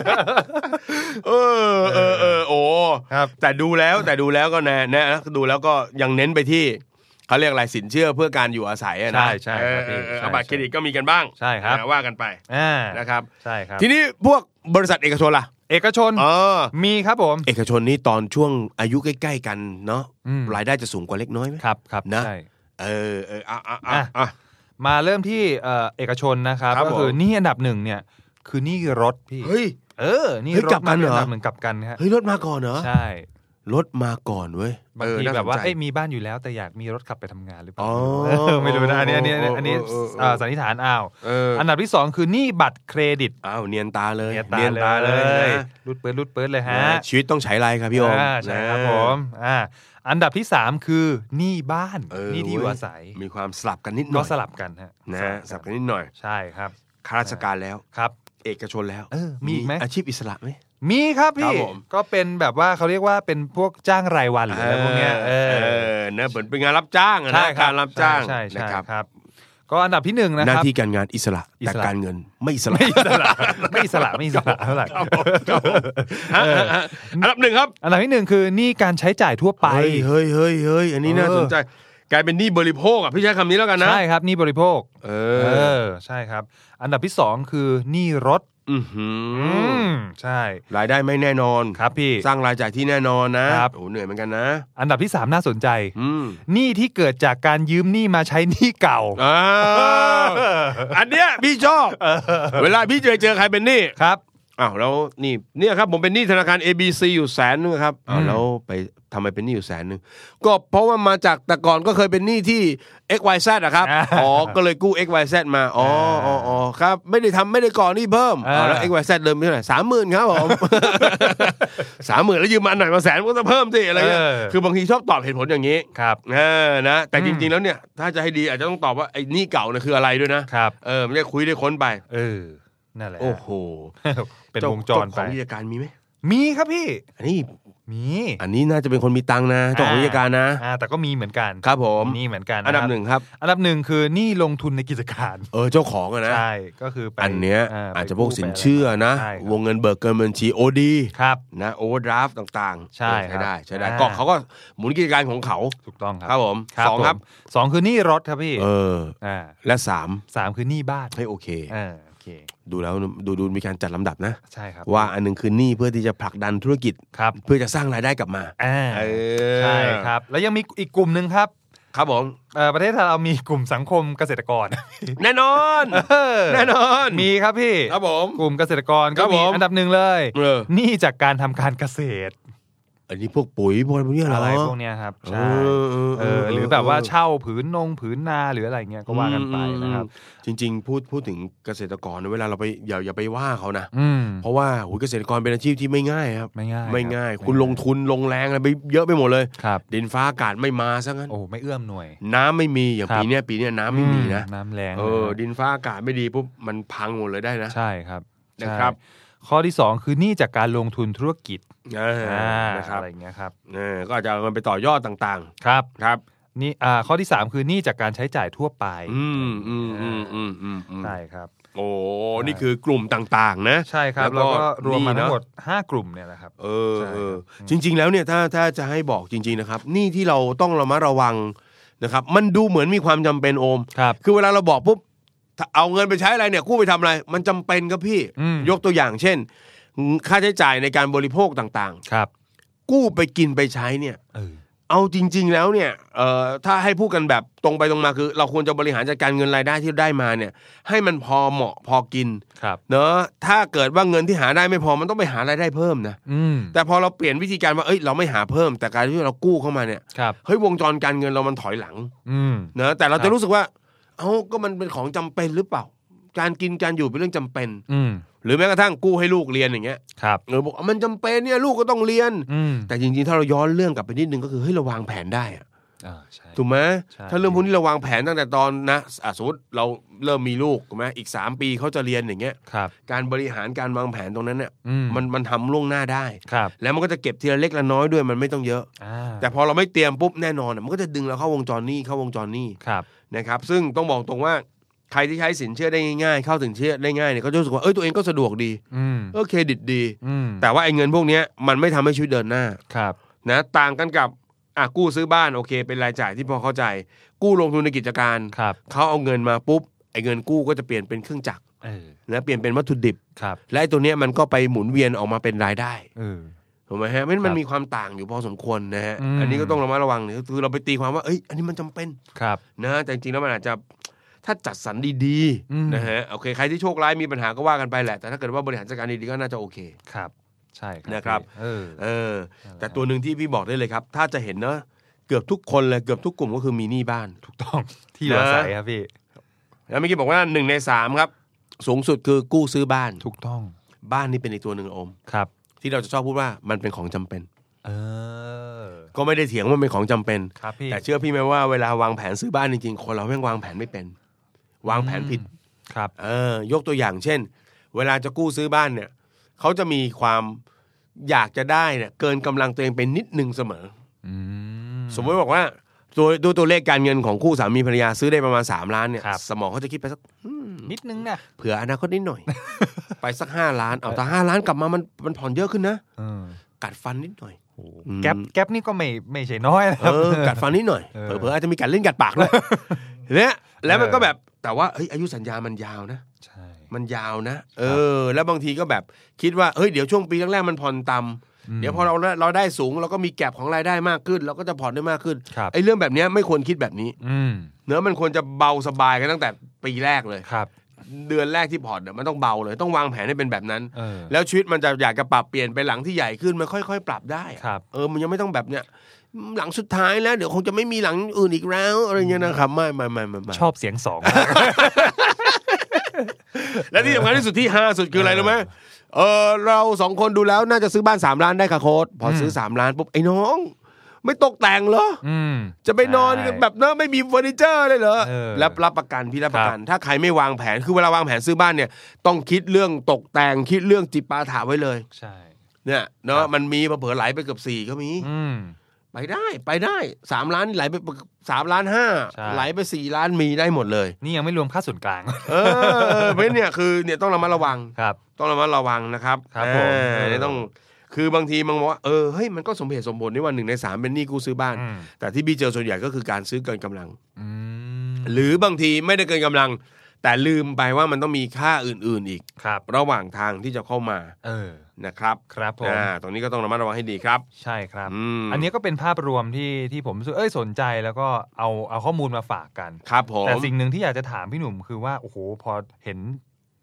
S3: เออเออเออโอ้
S2: ครับ
S3: แต่ดูแล้วแต่ดูแล้วก็แนะแนะดูแล้วก็ยังเน้นไปที่เขาเรียกอะไรสินเชื่อเพื่อการอยู่อาศัยอะนะ
S2: ใช่ใช่
S3: เอ
S2: ครั
S3: อบ เออเอ
S2: ใช่
S3: อเอาบัตรเครดิตก็มีกันบ้าง
S2: ใช่ครับ
S3: นะว่ากันไป
S2: อ่า
S3: นะครับ
S2: ใช่ครับ
S3: ทีนี้พวกบริษัทเอกชนล่ะ
S2: เอกชน
S3: เออ
S2: มีครับผม
S3: เอกชนนี่ตอนช่วงอายุใกล้ ๆ กันเนาะ
S2: อืม
S3: รายได้จะสูงกว่าเล็กน้อยไหม
S2: ครับครับ
S3: นะ
S2: ใช่
S3: เออเอออ่ะอ่ะอ่ะ
S2: อ่ะ
S3: อ่ะ
S2: มาเริ่มที่เอ่อเอกชนนะครับ
S3: ครับ
S2: ก็คือ
S3: ผม
S2: หนี้อันดับหนึ่งเนี่ยคือหนี้รถพี่
S3: เฮ้ย
S2: เออหนี่
S3: เฮ้ย
S2: ร
S3: กลั
S2: ถ
S3: บกั
S2: มาน เป็น
S3: เหรอ
S2: อันดับหนึ่งกลับกันฮะ
S3: เฮ้ยรถมาก่อนเหรอ
S2: ใช่
S3: รถมาก่อนเว้ย
S2: บางที
S3: เออน่สนใจ
S2: แบบว่าเอ้ยมีบ้านอยู่แล้วแต่อยากมีรถขับไปทำงานหรือเปล่า
S3: อ๋อ
S2: เออไม่รู้นะอันนี้อันนี้อันนี้อันนี้
S3: เออเออเออ
S2: เอ่อสันนิษฐานอ้าว
S3: เออ
S2: อันดับที่สองคือหนี้บัตรเครดิต
S3: อ้าวเนียนตาเลย
S2: เลย
S3: นะ
S2: รุดเปิดรุดเปิดเลยฮะ
S3: นะชีวิตต้องใช้ไรครับพี่โอม
S2: อ่าใช่ครับ
S3: นะ
S2: ผมอ่าอันดับที่สามคือหนี้บ้าน
S3: เออ
S2: หนี้ที่อยู่อาศัย
S3: เว้มีความสลับกันนิดหน่
S2: ก็
S3: อย
S2: สลับกันฮะ
S3: นะสลับกันนิดหน่อย
S2: ใช่ครับ
S3: ข้าราชการแล้ว
S2: ครับ
S3: เอกชนแล้ว
S2: เออมีอีกไหม
S3: อาชีพอิสระไหม
S2: มีครับ
S3: ครั
S2: พี่
S3: บผม
S2: ก็เป็นแบบว่าเขาเรียกว่าเป็นพวกจ้างรายวันหรืออะไรพวกเนี้ยเออ
S3: เออนะเหมือนเป็นงานรับจ้างอะนะการรับจ้าง
S2: ใช่ใช่
S3: นะ
S2: ใช่
S3: ครับ
S2: ครับ ก็อันดับที่หนึ่งนะ
S3: ห
S2: ค
S3: น้า
S2: รับ
S3: ที่การงานอิสระ
S2: อิ
S3: แต่
S2: สระ
S3: การเงินไม่อิสระ
S2: ไม่อิสระไม่อิสระไม่อิสระเท่าไหร่
S3: ฮะฮะฮะอันดับหนึ่งครับ
S2: อันดับที่หนึ่งคือหนี่การใช้จ่ายทั่วไป
S3: เฮ้ยเฮ้ยเฮ้ยเฮ้ยอันนี้น่า
S2: เออ
S3: สนใจ กลายเป็นหนี้บริโภคอ่ะพี่ใช้คำนี้แล้วกันนะ
S2: ใช่ครับหนี่บริโภค
S3: เอ
S2: เอ
S3: อ
S2: อใช่ครับ อันดับที่สองคือหนี่รถ
S3: อื้อหือ
S2: อืมใช่
S3: รายได้ไม่แน่นอน
S2: ครับพี่
S3: สร้างรายจ่ายที่แน่นอนนะครับ โอ้เหนื่อยเหมือนกันนะ
S2: อันดับที่สามน่าสนใจ
S3: อืม
S2: หนี่ที่เกิดจากการยืมหนี้มาใช้หนี้เก่า
S3: อ้าวอันเนี้ยพี่ชอบเวลาพี่เจอเจอใครเป็นหนี้
S2: ครับ
S3: อ้าวแล้วนี่เนี่ยครับผมเป็นหนี้ธนาคาร ABC อยู่แสนนึงครับอ้า
S2: อื
S3: ว
S2: ม
S3: แล้วไปทำไมเป็นหนี้อยู่แสนนึงก็เพราะว่ามาจากแต่ก่อนก็เคยเป็นหนี้ที่ XYZ อะ ครับ
S2: อ่า
S3: อ๋อ ก็เลยกู้ XYZ มา อ๋ออ๋ออ๋อครับ ไม่ได้ทำไม่ได้ก่อหนี่เพิ่ม
S2: อ่า
S3: อ๋อแล้ว XYZ เดิมเป็นเท่าไหร่สามหมื่นครับผม สามหมื่นแล้วยืมมาหน่อยมาแสนก็จะเพิ่มสิอะไรเงี้ย
S2: เออ
S3: คือบางทีชอบตอบเหตุผลอย่างนี้
S2: ครับ
S3: เออนะ แต่
S2: อืม
S3: จริงๆแล้วเนี่ย ถ้าจะให้ดีอาจจะต้องตอบว่าไอ้หนี่เก่าเนี่ยคืออะไรด้วยนะ
S2: ครับ
S3: เออไม่ได้คุยได้ค้นไป
S2: เออนั่นแหละ
S3: โอ้โห
S2: เป็นวงจร
S3: เา
S2: ไป
S3: ของกิจการมีไหม
S2: มีครับพี่
S3: อันนี้
S2: มี
S3: อันนี้น่าจะเป็นคนมีตังค์นะเจ้าของกิจการนะ
S2: อ่าแต่ก็มีเหมือนกัน
S3: ครับผม
S2: มีเหมือนกันะ
S3: อันดับ
S2: ครับ
S3: หนึ่งครับ
S2: อันดับหนึ่งคือหนี้ลงทุนในกิจการ
S3: เออ เจ้าของอะนะ
S2: ใช่ ก็คือไป
S3: อันเนี้ย
S2: ไป
S3: อาจจะพวกสิน
S2: ไปไร
S3: เชื่อนะ
S2: ใช่ครับ
S3: วงเงินเบิกเกินบัญชีโอดี
S2: ครับ
S3: นะโอเวอร์ดราฟต่างๆ
S2: ใช่
S3: เออใช้ได้
S2: ครับ
S3: ใช้ได้
S2: อ่า
S3: ก็เขาก็หมุนกิจการของเขา
S2: ถูกต้องครั
S3: ครับผมสองครับ
S2: ผมสองคือหนี้รถครับพี่
S3: เออ
S2: อ่า
S3: และสาม
S2: สามคือหนี้บ้าน
S3: ให้โอเค
S2: อ่าโอเค
S3: ดูแล้วดูดูมีการจัดลำดับนะ
S2: ใช่ครับ
S3: ว่าอันหนึงคือหนี้เพื่อที่จะผลักดันธุรกิจ
S2: ครับ
S3: เพื่อจะสร้างรายได้กลับมา
S2: อ่า
S3: เออ
S2: ใช่ครับ แล้วยังมีอีกกลุ่มหนึ่งครับ
S3: ครับผม
S2: เอ่อประเทศไทยเรามี กลุ่มสังคมเกษตรกร
S3: แน่นอน
S2: เออ
S3: แน่นอน
S2: มีครับพี่
S3: ครับผม
S2: กลุ่มเกษตรกร
S3: ค
S2: ก็
S3: รับ
S2: มี
S3: ผม
S2: อันดับหนึ่งเลย
S3: เออ
S2: หนี้จากการทำการเกษตร
S3: อันนี้พวกปุ๋ยพวกอะไรพวกเนี้ยเหรอ
S2: อะไร
S3: อ
S2: พวกเนี้ยครับ
S3: เอ
S2: ใช่
S3: อเออ
S2: เอ
S3: เอ
S2: อ
S3: อ
S2: หรือแบบว่าเช่าผืนนงผืนนาหรืออะไรเงี้ยก็ว่ากันไปนะครับ
S3: จริง ๆ พูดพูดถึงเกษตรกรนะเวลาเราไปอย่าอย่าไปว่าเขานะ
S2: อืม
S3: เพราะว่าโหเกษตรกรเป็นอาชีพที่ไม่ง่ายครับ
S2: ไม่ง่าย
S3: ไม่ง่าย คุณลง
S2: ทุน
S3: ทุนลงแรงอะไรไปเยอะไปหมดเลย
S2: ครับ
S3: ดินฟ้าอากาศไม่มาซะงั้น
S2: โอ้ไม่เอื้อมหน่วย
S3: น้ำไม่มีอย่าง
S2: ครับ
S3: ปีเนี้ยปีเนี้ยน้ำไม่มีนะ
S2: อืน้ำแรง
S3: เออ ดินฟ้าอากาศไม่ดีปุ๊บมันพังหมดเลยได้นะ
S2: ใช่ครับ
S3: นะครับ
S2: ใช่ข้อที่สองคือหนี้จากการลงทุนธุรกิจ
S3: เออนะครับ
S2: อะไรอย่างเงี้ยครับ
S3: เออก็อาจจะเอาเงินไปต่อยอดต่าง
S2: ครับ
S3: ๆ ครับ
S2: นี่อ่าข้อที่สามคือหนี้จากการใช้จ่ายทั่วไป
S3: อืมอืมอืมอืมอืมอืม
S2: ใช่ครับ
S3: โอ้
S2: ใช่
S3: นี่คือกลุ่มต่างๆ นะ
S2: ใช่ครับ
S3: แล้
S2: แล้ว
S3: วก็
S2: ก็รวมมา
S3: หนี้เนอะ
S2: ทั้งหมดห้ากลุ่มเนี่ยแหละครับ
S3: เออ
S2: ใช่ครับ
S3: เออ
S2: อืม
S3: จริง ๆ แล้วเนี่ยถ้าถ้าจะให้บอกจริง ๆ นะครับหนี่ที่เราต้องระมัดระวังนะครับ มันดูเหมือนมีความจำเป็นโอม
S2: ครับ
S3: คือเวลาเราบอกปุ๊บถ้าเอาเงินไปใช้อะไรเนี่ยกู้ไปทำอะไร มันจำเป็นครับพี่
S2: อืม
S3: ยกตัวอย่างเช่น ค่าใช้จ่ายในการบริโภคต่าง
S2: ครับ
S3: ๆ กู้ไปกินไปใช้เนี่ย
S2: เออ
S3: เอาจริง ๆ แล้วเนี่ยเอ่อถ้าให้พูดกันแบบตรงไปตรงมาคือ เราควรจะบริหารจัดการเงินรายได้ที่ได้มาเนี่ย ให้มันพอเหมาะพอกิน
S2: ครับ
S3: เนอะถ้าเกิดว่าเงินที่หาได้ไม่พอมันต้องไปหารายได้เพิ่มนะ
S2: อืม
S3: แต่พอเราเปลี่ยนวิธีการว่าเอ้ยเราไม่หาเพิ่ม แต่การที่เรากู้เข้ามาเนี่ย
S2: ครับ
S3: เฮ้ยวงจรการเงินเรามันถอยหลัง
S2: อืม
S3: เนอะแต่เรา
S2: ครั
S3: จะ
S2: บ
S3: รู้สึกว่า เอ้าก็มันเป็นของจำเป็นหรือเปล่า การกินการอยู่เป็นเรื่องจำเป็น
S2: อืม
S3: หรือแม้กระทั่งกู้ให้ลูกเรียนอย่างเงี้ย
S2: ครับ
S3: เออบอกอ่ะมันจำเป็นเนี่ยลูกก็ต้องเรียน
S2: อืม
S3: แต่จริงๆ ถ้าเราย้อนเรื่องกลับไปนิดนึงก็คือเฮ้ยเราวางแผนได้อะ
S2: อ่าใช่
S3: ถูกไหม
S2: ใช่
S3: ถ้าเรื่องพวกนี้เราวางแผนตั้งแต่ตอนนะอ่ะสมมติเราเริ่มมีลูกถูกไหมอีกสามปีเขาจะเรียนอย่างเงี้ย
S2: ครับ
S3: การบริหารการวางแผนตรงนั้นเนี่ย
S2: อืม
S3: มันมันทำล่วงหน้าได้
S2: ครับ
S3: แล้วมันก็จะเก็บทีละเล็กละน้อยด้วยมันไม่ต้องเยอะ
S2: อ่า
S3: แต่พอเราไม่เตรียมปุ๊บแน่นอนอ่ะมันก็จะดึงเราเข้าวงจรหนี้เข้าวงจรหนี้
S2: ครับ
S3: นะครับซึ่งต้องบอกตรงว่าใครที่ใช้สินเชื่อได้ง่ายๆ เข้าถึงเชื่อได้ง่ายเนี่ยก็จะรู้สึกว่าเอ้ยตัวเองก็สะดวกดี
S2: อืม
S3: เออเครดิตดี
S2: อืม
S3: แต่ว่าไอ้เงินพวกเนี้ยมันไม่ทำให้ชีวิตเดินหน้า
S2: ครับ
S3: นะต่างกันกับอ่ะกู้ซื้อบ้านโอเค เป็นรายจ่ายที่พอเข้าใจ กู้ลงทุนในกิจการ
S2: ครับ
S3: เขาเอาเงินมาปุ๊บไอ้เงินกู้ก็จะเปลี่ยนเป็นเครื่องจักร
S2: เออ
S3: นะเปลี่ยนเป็นวัตถุดิบ
S2: ครับ
S3: และไอ้ตัวเนี้ยมันก็ไปหมุนเวียนออกมาเป็นรายได้
S2: เออ
S3: ถูกไหมฮะมัน
S2: ครั
S3: มัน
S2: บ
S3: มีความต่างอยู่พอสมควรนะฮะ
S2: อืม
S3: อันนี้ก็ต้องระมัดระวังเนี่ยคือเราไปตีความว่าเอ้ยอันนี้มันจำเป็น
S2: ครับ
S3: นะแต่จริงๆแล้วมันอาจจะถ้าจัดสรรดี
S2: อืม
S3: ๆนะฮะโอเคใครที่โชคร้ายมีปัญหาก็ว่ากันไปแหละ แต่ถ้าเกิดว่าบริหารจัดการดีๆก็น่าจะโอเค
S2: ครับ ใช่ครับ
S3: นะครับ
S2: เออ
S3: เออ แต่ตัวหนึ่งที่พี่บอกได้เลยครับ ถ้าจะเห็นเนอะเกือบทุกคนเลยเกือบทุกกลุ่มก็คือมีหนี้บ้าน
S2: ถูกต้องที่อยู่
S3: นะ
S2: อาศัยครับพี่
S3: แล้วเมื่อกี้บอกว่าหนึ่งในสามครับ สูงสุดคือกู้ซื้อบ้าน
S2: ถูกต้อง
S3: บ้านนี่เป็นอีกตัวหนึ่งอม
S2: ครับ
S3: ที่เราจะชอบพูดว่ามันเป็นของจำเป็น
S2: เออ
S3: ก็ไม่ได้เถียงว่ามันเป็นของจำเป็น
S2: ครับพี่
S3: แต่เชื่อพี่ไหมว่าเวลาวางแผนซื้อบ้านจริงๆคนเราแม่งวางแผนไม่เป็น วางแผนผิด
S2: ครับ
S3: เออยกตัวอย่างเช่น เวลาจะกู้ซื้อบ้านเนี่ยเขาจะมีความอยากจะได้เนี่ยเกินกำลังตัวเองไปนิดนึงเสมอ
S2: อืม
S3: สมมติบอกว่าตัวดูตัวเลขการเงินของคู่สามีภรรยาซื้อได้ประมาณ 3 ล้านเนี่ย
S2: ครับ
S3: สมองเขาจะคิดไปสักอืม
S2: นิดนึงนะ
S3: เผื่ออนาคตนิดห น่อย ไปสัก 5 ล้านเอาแต่5ล้านกลับมามันมันผ่อนเยอะขึ้นนะ
S2: เออ
S3: กัดฟันนิดหน่อย
S2: โห
S3: อืม
S2: แก๊ปแก๊ปนี่ก็ไม่ไม่ใช่น้อยนะค
S3: เอ
S2: รับ
S3: อกัดฟันนิดหน่อย
S2: เออ
S3: เผลอๆอาจจะมีกัดเล่นกัดปากด้วยเนี่ยแล้วมันก็
S2: เออ
S3: แบบแต่ว่าเฮ้ยอายุสัญญามันยาวนะ
S2: ใช่
S3: มันยาวนะ เออ แล้วบางทีก็แบบคิดว่าเฮ้ยเดี๋ยวช่วงปีแรกๆมันผ่อนต่ำเดี๋ยวพอเราได้เราได้สูงเราก็มีแก็บของรายได้มากขึ้น เราก็จะผ่อนได้มากขึ้น
S2: ครับ
S3: ไอ้เรื่องแบบเนี้ยไม่ควรคิดแบบนี้
S2: อืม
S3: เนื้อะมันควรจะเบาสบายกันตั้งแต่ปีแรกเลย
S2: ครับ
S3: เดือนแรกที่ผ่อนเนี่ยมันต้องเบาเลย ต้องวางแผนให้เป็นแบบนั้น
S2: เออ
S3: แล้วชีวิตมันจะอยากจะปรับเปลี่ยนไปหลังที่ใหญ่ขึ้นมันค่อย ๆ ปรับได้อะ
S2: ครับ
S3: เออมันยังไม่ต้องแบบเนี้ยหลังสุดท้ายแล้วเดี๋ยวคงจะไม่มีหลังอื่นอีกแล้วอะไรเงี้ยนะครับไม่ไม่ไม่ไม่ไม่
S2: ชอบเสียงสอง
S3: และที่สำคัญที่สุดที่ฮาสุดคืออะไรรู้ไหมเออเราสองคนดูแล้วน่าจะซื้อบ้าน 3 ล้านได้ค่ะโค้ดพอซื้อ 3 ล้านปุ๊บไอ้น้อง ไม่ตกแต่งเหรอ
S2: อืม
S3: จะไปนอนกันแบบเนอะไม่มีเฟอร์นิเจอร์เลยเหรอ
S2: เออ
S3: รับรับประกันพี่รับประกัน ถ้าใครไม่วางแผนคือเวลาวางแผนซื้อบ้านเนี่ย ต้องคิดเรื่องตกแต่งคิดเรื่องจิปาถะไว้เลย
S2: ใช่
S3: เนี่ย
S2: ค
S3: เนาะ
S2: รับ
S3: มันมีเผลอๆไหลไปเกือบสี่ก็มี
S2: อืม
S3: ไปได้ไปได้สามล้านไหลไปสามล้านห้า
S2: ใช่
S3: ไหลไปสี่ล้านมีได้หมดเลย
S2: นี่ยังไม่รวมค่าส่วนกลาง
S3: เอ อเพราะฉะนั้นเนี่ยคือเนี่ยต้องระมัดระวัง
S2: ครับ
S3: ต้องระมัดระวังนะครับ
S2: ครับผม
S3: อ่า
S2: เออ
S3: เนี่ยต้อง คือบางทีมันบอกว่า เออ เฮ้ย มันก็สมเหตุสมผลนี่ว่าหนึ่งในสามเป็นหนี้กู้ซื้อบ้าน
S2: อืม
S3: แต่ที่พี่เจอส่วนใหญ่ก็คือการซื้อเกินกำลัง
S2: อืม
S3: หรือบางทีไม่ได้เกินกำลัง แต่ลืมไปว่ามันต้องมีค่าอื่น ๆ อีก
S2: ครับ
S3: ระหว่างทางที่จะเข้ามา
S2: เออ
S3: นะครับ
S2: ครับผม
S3: อ่าตรงนี้ก็ต้องระมัดระวังให้ดีครับ
S2: ใช่ครับ
S3: อืม
S2: อันนี้ก็เป็นภาพรวมที่ที่ผมรู้สึกเอ้ยสนใจแล้วก็เอาเอาข้อมูลมาฝากกัน
S3: ครับผม
S2: แต่สิ่งหนึ่งที่อยากจะถามพี่หนุ่มคือว่า โอ้โห พอเห็น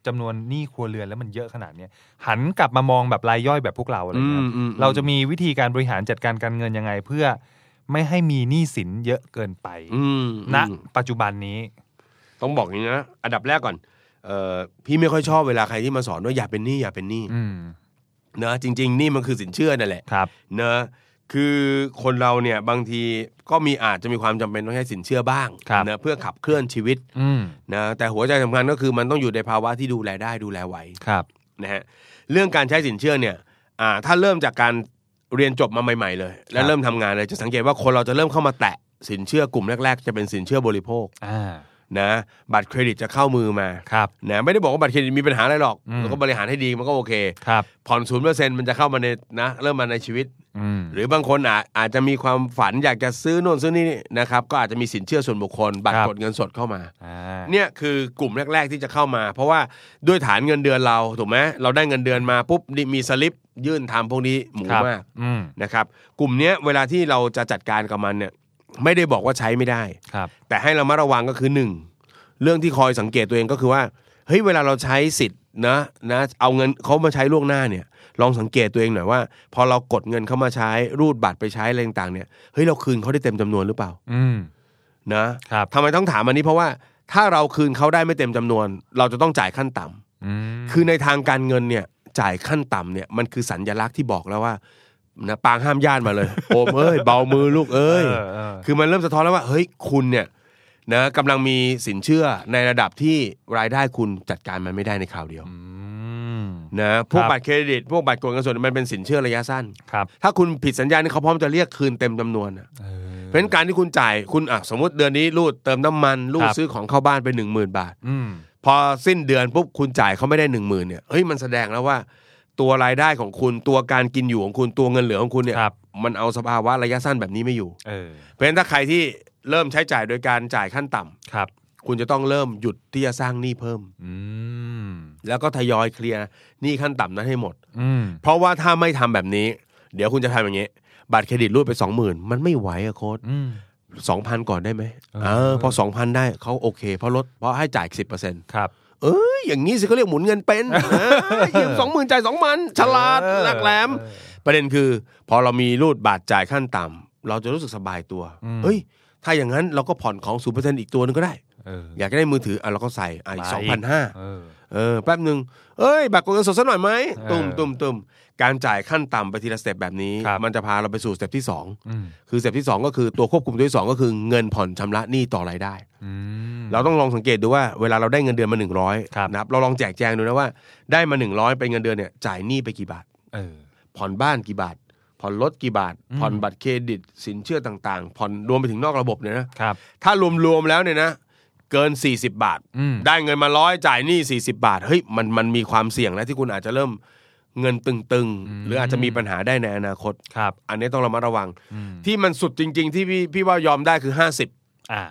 S2: จำนวนหนี้ครัวเรือนแล้วมันเยอะขนาดเนี้ยหันกลับมามองแบบรายย่อยแบบพวกเราอะไร
S3: อื
S2: เงี้
S3: ม
S2: ย
S3: อืม
S2: เราจะมีวิธีการบริหารจัดการการเงินยังไง เพื่อไม่ให้มีหนี้สินเยอะเกินไป
S3: อืม
S2: ณ
S3: อืม
S2: ปัจจุบันนี้
S3: ต้องบอกอย่างนี้นะอันดับแรกก่อนเออพี่ไม่ค่อยชอบเวลาใครที่มาสอนว่าอย่าเป็นหนี้อย่าเป็นหนี้
S2: อืม
S3: เนอะจริงๆหนี่มันคือสินเชื่อนั่นแหละ
S2: ครับ
S3: เนอะคือคนเราเนี่ยบางทีก็มีอาจจะมีความจำเป็นต้องใช้สินเชื่อบ้าง
S2: ครับ
S3: นะเพื่อขับเคลื่อนชีวิต
S2: อืม
S3: นะแต่หัวใจสำคัญก็คือมันต้องอยู่ในภาวะที่ดูแลได้ดูแลไหว
S2: ครับ
S3: นะฮะเรื่องการใช้สินเชื่อเนี่ยอ่าถ้าเริ่มจากการเรียนจบมาใหม่ ๆ เลย แล้
S2: คว รับ
S3: เริ่มทำงานเลยจะสังเกตว่าคนเราจะเริ่มเข้ามาแตะสินเชื่อกลุ่มแรก ๆ จะเป็นสินเชื่อบริโภค
S2: อ่า
S3: นะบัตรเครดิตจะเข้ามือมา
S2: ครับ
S3: นะไม่ได้บอกว่าบัตรเครดิตมีปัญหาอะไรหรอก
S2: อืม
S3: แล้วก็บริหารให้ดีมันก็โอเค
S2: ครับ
S3: ผ่อนศูนย์เปอร์เซ็นต์มันจะเข้ามาในนะเริ่มมาในชีวิต
S2: อืม
S3: หรือบางคนอาจอาจจะมีความฝันอยากจะซื้อโน่นซื้อนี่นะครับก็อาจจะมีสินเชื่อส่วนบุคคล บัต
S2: ค
S3: ร
S2: รับ
S3: กดเงินสดเข้ามา
S2: อ่า
S3: เนี่ยคือกลุ่มแรก ๆ ที่จะเข้ามา เพราะว่าด้วยฐานเงินเดือนเราถูกไหมเราได้เงินเดือนมาปุ๊บนี่มีสลิปยื่นทำพวกนี้หมู
S2: ครับ
S3: มาก
S2: อืม
S3: นะครับกลุ่มเนี้ยเวลาที่เราจะจัดการกับมันเนี่ยไม่ได้บอกว่าใช้ไม่ได้
S2: ครับ
S3: แต่ให้เรามาระวังก็คือหนึ่งเรื่องที่คอยสังเกตตัวเองก็คือว่าเฮ้ยเวลาเราใช้สิทธิ์นะนะเอาเงินเขามาใช้ล่วงหน้าเนี่ยลองสังเกตตัวเองหน่อยว่า พอเรากดเงินเขามาใช้รูดบัตรไปใช้อะไรต่างๆเนี่ยเฮ้ยเราคืนเขาได้เต็มจำนวนหรือเปล่า
S2: อืม
S3: นะครับ ทำไมต้องถามอันนี้เพราะว่าถ้าเราคืนเขาได้ไม่เต็มจำนวน เราจะต้องจ่ายขั้นต่ำ
S2: อืม
S3: คือในทางการเงินเนี่ยจ่ายขั้นต่ำเนี่ยมันคือสัญญลักษณ์ที่บอกแล้วว่านะปางห้ามญาติมาเลยโอมเอ้ยเบามือลูกเอ้ย
S2: เออเออ
S3: คือมันเริ่มสะท้อนแล้วว่าเฮ้ยคุณเนี่ยนะกำลังมีสินเชื่อในระดับที่รายได้คุณจัดการมันไม่ได้ในคราวเดียว
S2: อืม
S3: นะพวก
S2: ครับ
S3: บัตรเครดิต พวกบัตรกดเงินสดมันเป็นสินเชื่อระยะสั้น
S2: ครับ
S3: ถ้าคุณผิดสัญญานี่เขาพร้อมจะเรียกคืนเต็มจำนวนน่ะ
S2: เออ
S3: เพราะฉะนั้นการที่คุณจ่ายคุณอ่ะสมมติเดือนนี้รูดเติมน้ำมันรู
S2: ค
S3: ด
S2: รับ
S3: ซื้อของเข้าบ้านไปหนึ่งหมื่นบาท
S2: อืม
S3: พอสิ้นเดือนปุ๊บคุณจ่ายเขาไม่ได้หนึ่งหมื่นเนี่ยเฮ้ยมันแสดงแล้วว่า ตัวรายได้ของคุณตัวการกินอยู่ของคุณตัวเงินเหลือของคุณเนี่ย
S2: ครับ
S3: มันเอาสภาวะระยะสั้นแบบนี้ไม่อยู่
S2: เออ
S3: เพราะฉะนั้นถ้าใครที่เริ่มใช้จ่ายโดยการจ่ายขั้นต่ำ
S2: ครับ
S3: คุณจะต้องเริ่มหยุดที่จะสร้างหนี้เพิ่ม
S2: อืม
S3: แล้วก็ทยอยเคลียร์หนี้ขั้นต่ำนั้นให้หมด
S2: อืม
S3: เพราะว่าถ้าไม่ทำแบบนี้ เดี๋ยวคุณจะทำอย่างนี้ บัตรเครดิตรูดไป 20,000 มันไม่ไหวอะโค้ด
S2: อืม
S3: 2,000 ก่อนได้ไหม
S2: เออ
S3: เออพอ 2,000 ได้เขาโอเค เพราะลดเพราะให้จ่าย 10%เ
S2: ครับ
S3: อ้ยอย่างนี้สิเขาเรียกหมุนเงิน เป็นเออยืม20,000จ่าย2,000ฉลาด
S2: เออ
S3: หลักแหลม
S2: เออ
S3: ประเด็นคือ พอเรามีรูดบาทจ่ายขั้นต่ำเราจะรู้สึกสบายตัว
S2: อืม
S3: เอ้ย ถ้าอย่างนั้นเราก็ผ่อนของศูนเปอร์เซ็นต์อีกตัวหนึงก็ได้
S2: เออ
S3: อยากจะได้มือถืออ่ะเราก็ใส่อ่ะ
S2: มาอีก
S3: สองพันห้า
S2: เออ
S3: เออแป๊บหนึ่งเอ้ยบัตรกดเงินสดซะหน่อยไหม
S2: เออ
S3: ตุ่มตุ่มตุ่มการจ่ายขั้นต่ำไปทีละสเต็ปแบบนี้
S2: ครับ
S3: มันจะพาเราไปสู่สเต็ปที่สอง
S2: อืม
S3: คือสเต็ปที่สองก็คือตัวควบคุมตัวที่สองก็คือเงินผ่อนชำระหนี้ต่อรายได้
S2: อืม
S3: เราต้องลองสังเกตดูว่าเวลาเราได้เงินเดือนมา
S2: ครับ
S3: 100นะครับเราลองแจกแจงดูนะว่าได้มา 100เป็นเงินเดือนเนี่ยจ่ายหนี้ไปกี่บาท
S2: เออ
S3: ผ่อนบ้านกี่บาท ผ่อนรถกี่บาท ผ่อนบัตรเครดิต สินเชื่อต่างๆ ผ่อนรวมไปถึงนอกระบบเนี่ยนะครับ ถ้ารวมๆแล้วเนี่ยนะเกิน 40 บาท
S2: อืม
S3: ได้เงินมาร้อยจ่ายหนี้40 บาทเฮ้ยมันมันมีความเสี่ยงแล้วที่คุณอาจจะเริ่มเงินตึง
S2: อืม
S3: ๆ หรืออาจจะมีปัญหาได้ในอนาคต
S2: ครับ
S3: อันนี้ต้องระมัดระวัง
S2: อืม
S3: ที่มันสุดจริง ๆ ที่พี่พี่ว่ายอมได้คือ 50
S2: อ่า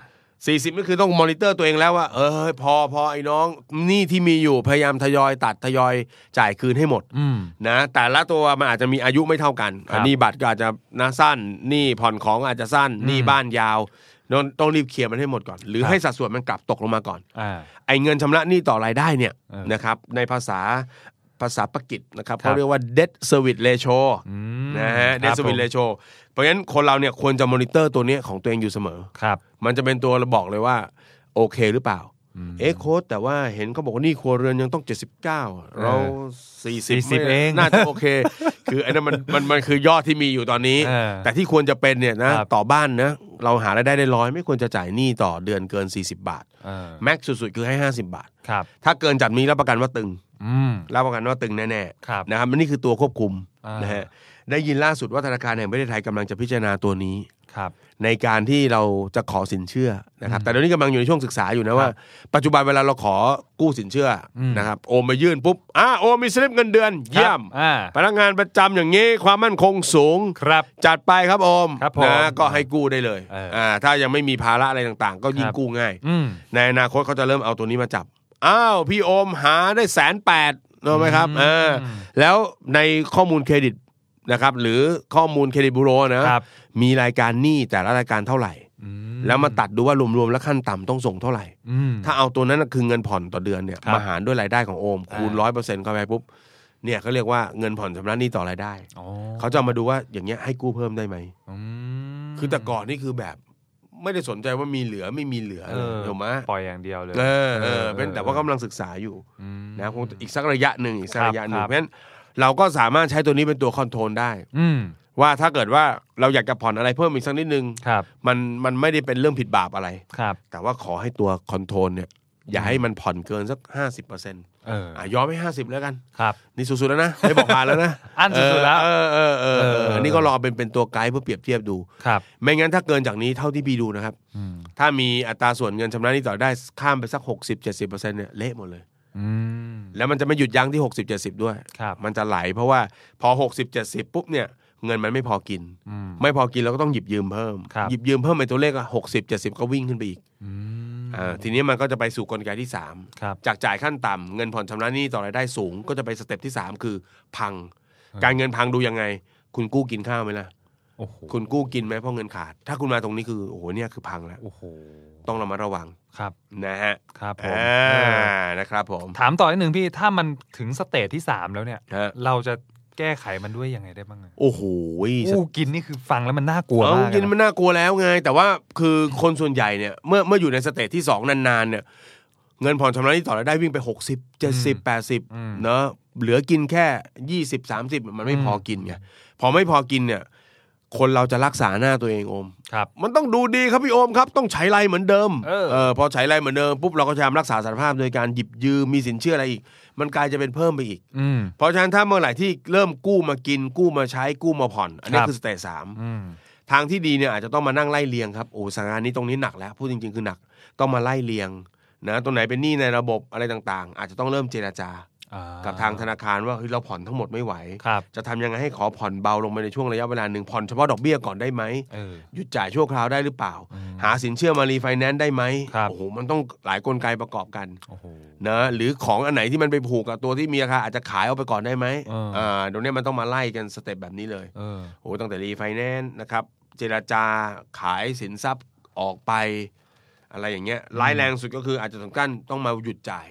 S3: 40นี่คือต้องมอนิเตอร์ตัวเองแล้วว่า เออพอพอไอ้น้องหนี้ที่มีอยู่พยายามทยอยตัดทยอยจ่ายคืนให้หมด
S2: อืม
S3: นะแต่ละตัวมันอาจจะมีอายุไม่เท่ากัน
S2: ครับ
S3: หนี้บัตรก็อาจจะนะสั้นหนี้ผ่อนของอาจจะสั้นหนี้บ้านยาวต้องต้องรีบเคลียร์มันให้หมดก่อน หรือให้สัดส่วนมันกลับตกลงมาก่อน
S2: อ่า
S3: ไอ้เงินชำระหนี้ต่อรายได้เนี่ย
S2: เออ
S3: นะครับในภาษาภาษาปากกิจนะครับ
S2: ครับ
S3: เขาเรียกว่า debt service ratio
S2: อืม
S3: นะ
S2: ค
S3: ฮะ
S2: รั
S3: debt
S2: บผม
S3: service ratio เพราะฉะนั้นคนเราเนี่ยควรจะมอนิเตอร์ตัวเนี้ยของตัวเองอยู่เสมอ
S2: ครับ
S3: มันจะเป็นตัวบอกเลยว่า โอเคหรือเปล่า
S2: อืม
S3: เอ๊ะโค้ดแต่ว่าเห็นเขาบอกว่าหนี่ครัวเรือนยังต้อง 79 เรา40
S2: 40
S3: ไม่
S2: เอง
S3: น่าจะโอเค คืออันนั้นมันมันมันคือยอดที่มีอยู่ตอนนี้
S2: เออ
S3: แต่ที่ควรจะเป็นเนี่ยนะครับ ต่อบ้านนะเราหารายได้ได้ร้อยไม่ควรจะจ่ายหนี้ต่อเดือนเกิน 40 บาท
S2: เออ
S3: แม็กซ์สุดๆ คือให้ 50 บาท
S2: ครับ
S3: ถ้าเกินจากนี้รับประกันว่าตึง
S2: อืม
S3: รับประกันว่าตึงแน่
S2: ครับ
S3: ๆนะครับนี่คือตัวควบคุม
S2: อ่าน
S3: นะฮะได้ยินล่าสุดว่าธนาคารแห่งประเทศไทยกำลังจะพิจารณาตัวนี้
S2: ครับ
S3: ในการที่เราจะขอสินเชื่อนะครับ แต่เดี๋ยวนี้กำลังอยู่ในช่วงศึกษาอยู่นะว่า ปัจจุบันเวลาเราขอกู้สินเชื่ออ
S2: ม
S3: นะครับโอมไปยื่นปุ๊บอ่าโอมมีสลิปเงินเดือน เยี่ยม
S2: ครับอ่า
S3: พนักงานประจำอย่างนี้ความมั่นคงสูง
S2: ครับ
S3: จัดไปครับโอม
S2: ครับผม
S3: นะก็ให้กู้ได้เลย
S2: เอออ่
S3: ่าถ้ายังไม่มีภาระอะไรต่างๆ ก็ยิ่ง
S2: ครับ
S3: กู้ง่าย
S2: อืม
S3: ในอนาคตเขาจะเริ่มเอาตัวนี้มาจับ อ้าว พี่โอมหาได้แสนแปดรู้ไหมครับ
S2: อืม
S3: เออแล้วในข้อมูลเครดิตนะครับ หรือข้อมูลเครดิตบูโรนะ
S2: ครับ
S3: มีรายการหนี้แต่ละรายการเท่าไหร่
S2: อื
S3: แล้วมาตัดดูว่ารวมๆแล้วขั้นต่ำต้องส่งเท่าไหร่
S2: อืม
S3: ถ้าเอาตัวนั้นน่ะคือเงินผ่อนต่อเดือนเนี่ย
S2: ครับ
S3: มาหารด้วยรายได้ของโอมคูณ
S2: อ่า
S3: ร้อยเปอร์เซ็นต์เข้าไปปุ๊บเนี่ยเขาเรียกว่าเงินผ่อนชำระหนี้ต่อรายได้
S2: อ๋อ
S3: เขาจะเอามาดูว่าอย่างเงี้ยให้กู้เพิ่มได้ไหม
S2: อืม
S3: คือแต่ก่อนนี่คือแบบไม่ได้สนใจว่ามีเหลือไม่มีเหลือ
S2: เออ
S3: ถูกไหม
S2: ปล่อยอย่างเดียวเลย
S3: เออเออเป็นแต่ว่ากำลังศึกษาอยู่
S2: อืม
S3: นะคงอีกสักระยะหนึ่งอีกสัก
S2: ครับ
S3: ระยะหนึ่ง
S2: ครับ
S3: เพราะฉะนั้นเราก็สามารถใช้ตัวนี้เป็นตัวคอนโทรลได้
S2: อืม
S3: ว่าถ้าเกิดว่าเราอยากจะผ่อนอะไรเพิ่มอีกสักนิดนึง
S2: ครับ
S3: มันมันไม่ได้เป็นเรื่องผิดบาปอะไร
S2: ครับ
S3: แต่ว่าขอให้ตัวคอนโทรลเนี่ยอย่าให้มันผ่อนเกินสัก 50%อ
S2: เออ
S3: ่ะยอมให้ 50 แล้วกัน
S2: ครับ
S3: นี่สุดๆแล้วนะได้บอกผ่านแล้วนะ
S2: อันสุดๆแล้ว
S3: เออเออเออเออ
S2: เออ
S3: เออนี่ก็รอเป็นเป็นตัวไกด์เพื่อเปรียบเทียบดู
S2: ครับ
S3: ไม่งั้นถ้าเกินจากนี้เท่าที่พี่ดูนะครับ
S2: อืม
S3: ถ้ามีอัตราส่วนเงินชำระหนี้ต่อได้ข้ามไปสัก 60-70%เนี่ยเละหมดเลย
S2: อืม
S3: แล้วมันจะไม่หยุดยั้งที่ 60-70 ด้วย
S2: ครับ
S3: มันจะไหลเพราะว่าพอ 60-70 ปุ๊บเนี่ยเงินมันไม่พอกิน
S2: อืม
S3: ไม่พอกินเราก็ต้องหยิบยืมเพิ่ม
S2: ครับ
S3: หยิบยืมเพิ่มไปตัวเลขหกสิบเจ็ดสิบก็วิ่งขึ้นไปอีก
S2: อืม
S3: อ่าทีนี้มันก็จะไปสู่กลไกที่สาม
S2: ครับ
S3: จากจ่ายขั้นต่ำเงินผ่อนชำระหนี้ต่อรายได้สูง ก็จะไปสเต็ปที่สามคือพัง การเงินพังดูยังไง คุณกู้กินข้าวไหมล่ะ
S2: โอ้โห
S3: คุณกู้กินไหมเพราะเงินขาด ถ้าคุณมาตรงนี้คือโอ้โหเนี่ยคือพังแล้ว
S2: โอ้โห
S3: ต้องระมัดระวัง
S2: ครับ
S3: นะฮะ
S2: ครับผม
S3: อ่า
S2: เออ
S3: นะครับผม
S2: ถามต่ออีกหนึ่งพี่ถ้ามันถึงสเตจที่สามแล้วเนี่ย
S3: ฮะ
S2: เราจะแก้ไขมันด้วยยังไงได้บ้างอะ
S3: โอ้โหส
S2: อู้กินนี่คือฟังแล้วมันน่ากลัว
S3: เอา
S2: มาก
S3: จริง
S2: อะ
S3: ๆมันน่ากลัวแล้วไง แต่ว่าคือคนส่วนใหญ่เนี่ยเมื่อเมื่ออยู่ในสเตจที่สองนานๆเนี่ย เงินผ่อนชำระหนี้ต่อรายได้วิ่งไป 60 70 80
S2: อืม
S3: เนอะเหลือกินแค่ 20 30 มันไม่
S2: อืม
S3: พอกินไงพอไม่พอกินเนี่ย คนเราจะรักษาหน้าตัวเองโอม
S2: ครับ
S3: มันต้องดูดีครับพี่โอมครับ ต้องใช้ไรเหมือนเดิม
S2: เออ
S3: พอใช้ไรเหมือนเดิมปุ๊บเราก็พยายามรักษาสารภาพโดยการหยิบยืมมีสินเชื่ออะไรอีก มันกลายจะเป็นเพิ่มไปอีก
S2: อืม
S3: เพราะฉะนั้นถ้าเมื่อไหร่ที่เริ่มกู้มากินกู้มาใช้กู้มาผ่อน อันนี้
S2: ครับ
S3: คือสเตจสาม
S2: อืม
S3: ทางที่ดีเนี่ยอาจจะต้องมานั่งไล่เลียงครับโอ้สถานการณ์นี้ตรงนี้หนักแล้วพูดจริง ๆคือหนักต้องมาไล่เลียงนะตรงไหนเป็นหนี้ในระบบอะไรต่างๆ อาจจะต้องเริ่มเจราจา
S2: อ่
S3: กับทางธนาคารว่าเฮ้ยเราผ่อนทั้งหมดไม่ไหว
S2: ครับ
S3: จะทำยังไงให้ขอผ่อนเบาลงไปในช่วงระยะเวลาหนึ่งผ่อนเฉพาะดอกเบี้ยก่อนได้ไหม
S2: เออ
S3: หยุดจ่ายชั่วคราวได้หรือเปล่า
S2: อืม
S3: หาสินเชื่อมารีไฟแนนซ์ได้ไหม
S2: ครับ
S3: โอ้โหมันต้องหลายกลไกประกอบกัน
S2: โอ้โห
S3: นะหรือของอันไหนที่มันไปผูกกับตัวที่มีราคาอาจจะขายเอาไปก่อนได้ไหม
S2: เอออ่
S3: าตรงเนี้ยมันต้องมาไล่กันสเต็ปแบบนี้เลย
S2: เออ
S3: โอ้โหตั้งแต่รีไฟแนนซ์นะครับเจราจาขายสินทรัพย์ออกไป อะไรอย่างเงี้ยร้ายแรงสุดก็คืออาจจะถึงกั้นต้องมาหยุดจ่าย